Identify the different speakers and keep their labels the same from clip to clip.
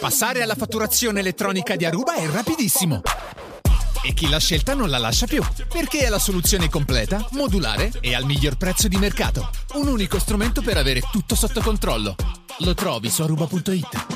Speaker 1: Passare alla fatturazione elettronica di Aruba è rapidissimo. E chi la scelta non la lascia più, perché è la soluzione completa, modulare e al miglior prezzo di mercato. Un unico strumento per avere tutto sotto controllo. Lo trovi su aruba.it.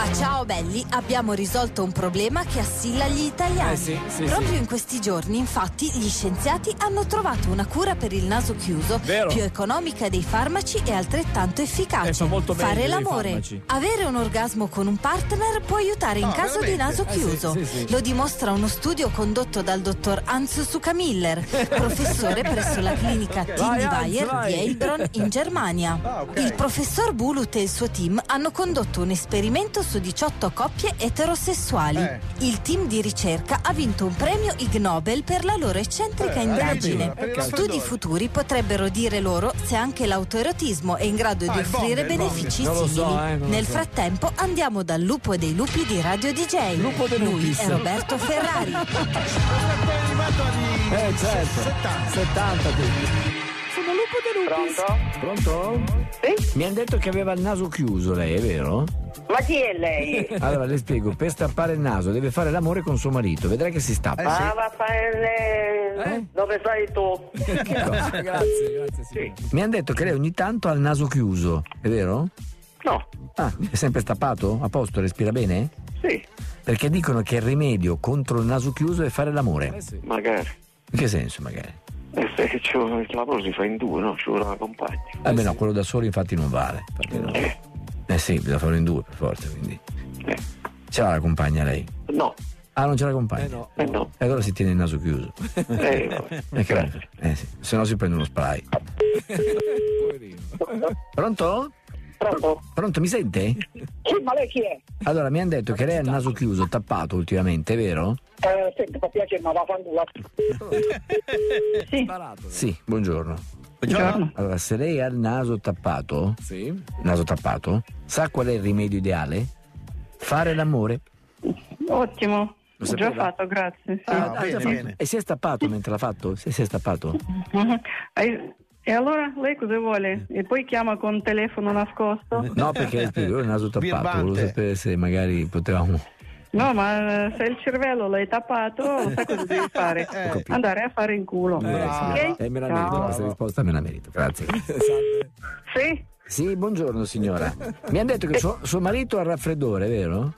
Speaker 2: A Ciao Belli abbiamo risolto un problema che assilla gli italiani.
Speaker 3: Eh sì, sì,
Speaker 2: Proprio
Speaker 3: sì.
Speaker 2: in questi giorni, infatti, gli scienziati hanno trovato una cura per il naso chiuso,
Speaker 3: Vero.
Speaker 2: più economica dei farmaci e altrettanto efficace.
Speaker 3: E fa molto meglio
Speaker 2: Fare
Speaker 3: dei
Speaker 2: l'amore.
Speaker 3: farmaci.
Speaker 2: Avere un orgasmo con un partner può aiutare in
Speaker 1: No,
Speaker 2: caso di
Speaker 1: veramente?
Speaker 2: naso
Speaker 3: Eh sì,
Speaker 2: chiuso.
Speaker 3: sì, sì.
Speaker 2: Lo dimostra uno studio condotto dal dottor Hans Sukamiller, professore presso la clinica
Speaker 3: Vai, Hans,
Speaker 2: Tindyweyer
Speaker 3: vai.
Speaker 2: di Heilbronn in Germania.
Speaker 4: Ah, ok.
Speaker 2: Il professor Bulut e il suo team hanno condotto un esperimento su 18 coppie eterosessuali.
Speaker 4: Eh.
Speaker 2: Il team di ricerca ha vinto un premio Ig Nobel per la loro eccentrica
Speaker 4: Eh,
Speaker 2: indagine.
Speaker 4: addirittura, per i
Speaker 2: Studi
Speaker 4: raffreddori.
Speaker 2: futuri potrebbero dire loro se anche l'autoerotismo è in grado
Speaker 4: Ah,
Speaker 2: di
Speaker 4: il bong,
Speaker 2: offrire
Speaker 4: il bong.
Speaker 2: benefici
Speaker 3: Non lo
Speaker 2: simili.
Speaker 3: so, eh, non lo
Speaker 2: Nel
Speaker 3: so.
Speaker 2: frattempo andiamo dal lupo dei lupi di Radio DJ.
Speaker 3: Lupo de
Speaker 2: Lui
Speaker 3: Lupis.
Speaker 2: è Roberto Ferrari.
Speaker 4: Poi è arrivato agli
Speaker 3: Eh certo.
Speaker 4: 70.
Speaker 3: 70 quindi. Sono lupo de lupis. Pronto?
Speaker 5: Sì?
Speaker 3: Mi hanno detto che aveva il naso chiuso lei, è vero?
Speaker 5: Ma chi è lei?
Speaker 3: Allora le spiego, per stappare il naso deve fare l'amore con suo marito, vedrai che si stappa.
Speaker 4: Eh, sì.
Speaker 5: Ma Raffaele,
Speaker 3: Eh?
Speaker 5: dove sei tu?
Speaker 3: grazie, grazie
Speaker 5: signora.
Speaker 3: Mi hanno detto che lei ogni tanto ha il naso chiuso, è vero?
Speaker 5: No,
Speaker 3: Ah, è sempre stappato? A posto, respira bene?
Speaker 5: sì,
Speaker 3: Perché dicono che il rimedio contro il naso chiuso è fare l'amore.
Speaker 5: magari.
Speaker 3: In che senso magari?
Speaker 5: E se che c'ho- il lavoro si fa in due, no? Ci vuole una compagna.
Speaker 3: Vabbè Eh, no, quello da solo infatti non vale. perché no?
Speaker 5: Eh,
Speaker 3: Eh sì, bisogna farlo in due per forza, quindi.
Speaker 5: eh,
Speaker 3: Ce l'ha la compagna lei?
Speaker 5: no,
Speaker 3: Ah, non ce l'ha la compagna? Eh no.
Speaker 5: eh, no.
Speaker 3: E allora si tiene il naso chiuso.
Speaker 5: Eh, vabbè.
Speaker 3: Eh, che- eh sì, se no si prende uno spray. Pronto?
Speaker 5: Pronto?
Speaker 3: Pronto, mi sente?
Speaker 6: Sì, ma lei chi è?
Speaker 3: Allora, mi hanno detto che lei ha il naso chiuso, tappato ultimamente, è vero?
Speaker 6: Eh, senti, per piacere, ma va a fanculo.
Speaker 3: Sì, buongiorno.
Speaker 4: Buongiorno.
Speaker 3: Allora, se lei ha il naso tappato,
Speaker 7: Sì.
Speaker 3: naso tappato, sa qual è il rimedio ideale? Fare l'amore.
Speaker 8: Ottimo,
Speaker 3: Lo
Speaker 8: già
Speaker 3: sapeva?
Speaker 8: fatto, grazie. sì.
Speaker 3: Ah,
Speaker 4: Ah,
Speaker 3: già
Speaker 4: bene,
Speaker 3: fatto.
Speaker 4: bene.
Speaker 3: E si è stappato mentre l'ha fatto? Si, si è stappato?
Speaker 8: Mhm. E- E allora lei cosa vuole? E poi chiama con telefono nascosto?
Speaker 3: No, perché le spiego, io ho il naso tappato,
Speaker 4: Birbante. Eh,
Speaker 3: volevo sapere se magari potevamo...
Speaker 8: No, ma eh, se il cervello l'hai tappato, sai cosa devi fare?
Speaker 4: Eh.
Speaker 3: capito.
Speaker 8: Andare a fare in culo.
Speaker 4: brava.
Speaker 8: Ok?
Speaker 3: Eh, me la
Speaker 8: Ciao.
Speaker 3: merito, questa risposta me la merito, grazie.
Speaker 8: Sì?
Speaker 3: Sì, buongiorno signora. Mi hanno detto che suo, suo marito ha il raffreddore, vero?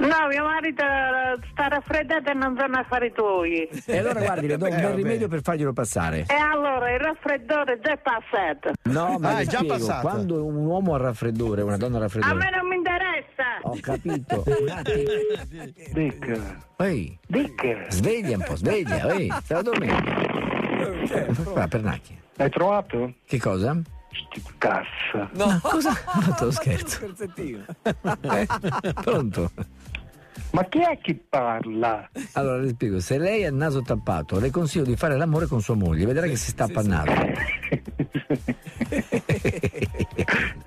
Speaker 6: No, mio marito eh, sta raffreddato e non sa fare tuoi.
Speaker 3: E allora guardi, le do un
Speaker 4: Eh,
Speaker 3: bel
Speaker 4: vabbè.
Speaker 3: rimedio per farglielo passare.
Speaker 6: E allora il raffreddore già è passato.
Speaker 3: No, ma
Speaker 4: Ah,
Speaker 3: le
Speaker 4: è già
Speaker 3: spiego,
Speaker 4: passato.
Speaker 3: quando un uomo ha il raffreddore, una donna ha il
Speaker 6: A
Speaker 8: Ah,
Speaker 6: me
Speaker 3: raffreddore.
Speaker 6: non mi interessa.
Speaker 3: Ho capito. Un attimo.
Speaker 5: Dick,
Speaker 3: Ehi,
Speaker 5: Dick,
Speaker 3: sveglia un po', sveglia, ehi, stai dormendo. Qua, pernacchia.
Speaker 5: l'hai trovato?
Speaker 3: Che cosa?
Speaker 5: Sti cazzo.
Speaker 3: No. Cosa? No, te lo scherzo. Eh? Pronto?
Speaker 5: Ma chi è che parla?
Speaker 3: Allora le spiego, se lei ha il naso tappato, le consiglio di fare l'amore con sua moglie, vedrai che si stappa il naso.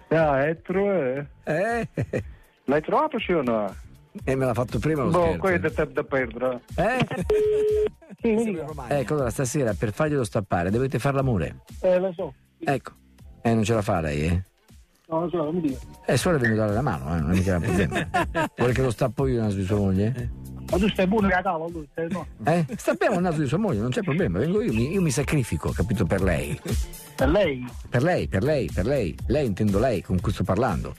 Speaker 5: No, è true.
Speaker 3: Eh?
Speaker 5: L'hai trovato sì o no?
Speaker 3: E me l'ha fatto prima lo
Speaker 5: Boh, quello
Speaker 3: scherzo.
Speaker 5: è da, da perdere.
Speaker 3: Eh?
Speaker 6: Sì, mi dica.
Speaker 3: Ecco, allora stasera per farglielo stappare dovete far l'amore.
Speaker 6: Eh, lo so.
Speaker 3: Ecco. Eh, non ce la fa lei, eh?
Speaker 6: No, lo so, mi dica.
Speaker 3: Eh, solo è venuto a dare la mano, eh, non è mica un problema. Vuole che lo stappo io il naso di sua moglie?
Speaker 6: Ma tu stai buono che cavolo, tu stai no.
Speaker 3: Eh? Stappiamo il naso di sua moglie, non c'è problema, vengo io, mi, io mi sacrifico, capito, per lei.
Speaker 6: E lei?
Speaker 3: Per lei, per lei, per lei. Lei intendo lei, con cui sto parlando.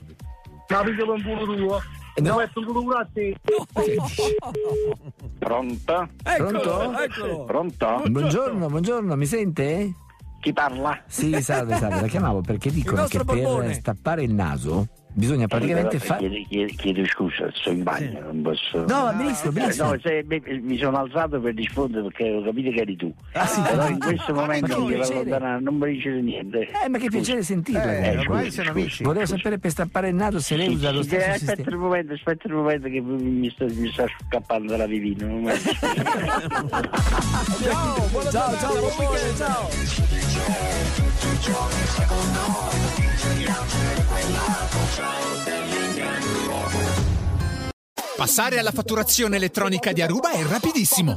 Speaker 6: Ma perché per un culo tuo?
Speaker 3: Eh,
Speaker 6: No.
Speaker 3: no.
Speaker 6: Devo essere un culo grazie.
Speaker 5: Pronto?
Speaker 3: Pronto?
Speaker 5: Pronto?
Speaker 3: Buongiorno, buongiorno, mi sente?
Speaker 5: Chi parla?
Speaker 3: Sì, salve, salve, la chiamavo perché dicono che per stappare il naso bisogna praticamente fare...
Speaker 5: Chiedo, chiedo- chiedo scusa, sto in bagno, non posso...
Speaker 3: No, va benissimo,
Speaker 5: Eh,
Speaker 3: benissimo.
Speaker 5: no, se- mi, mi sono alzato per rispondere perché ho capito che eri tu. Però in questo
Speaker 3: ma
Speaker 5: momento
Speaker 3: che
Speaker 5: mi devo
Speaker 3: piacere.
Speaker 5: allontanare, non mi dice niente.
Speaker 3: Eh, ma che piacere sentirla.
Speaker 4: Eh,
Speaker 3: comunque.
Speaker 4: ormai siamo amici.
Speaker 3: Volevo sapere per stappare il naso se lei usa lo
Speaker 5: Eh,
Speaker 3: stesso
Speaker 5: aspetta
Speaker 3: sistema.
Speaker 5: un momento, aspetta un momento che mi sta, mi sta scappando la divina. un momento.
Speaker 3: Ciao, ciao, buon weekend, ciao.
Speaker 1: Passare alla fatturazione elettronica di Aruba è rapidissimo.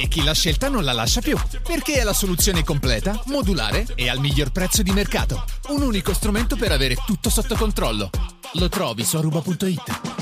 Speaker 1: E chi la scelta non la lascia più, perché è la soluzione completa, modulare e al miglior prezzo di mercato. Un unico strumento per avere tutto sotto controllo. Lo trovi su aruba.it.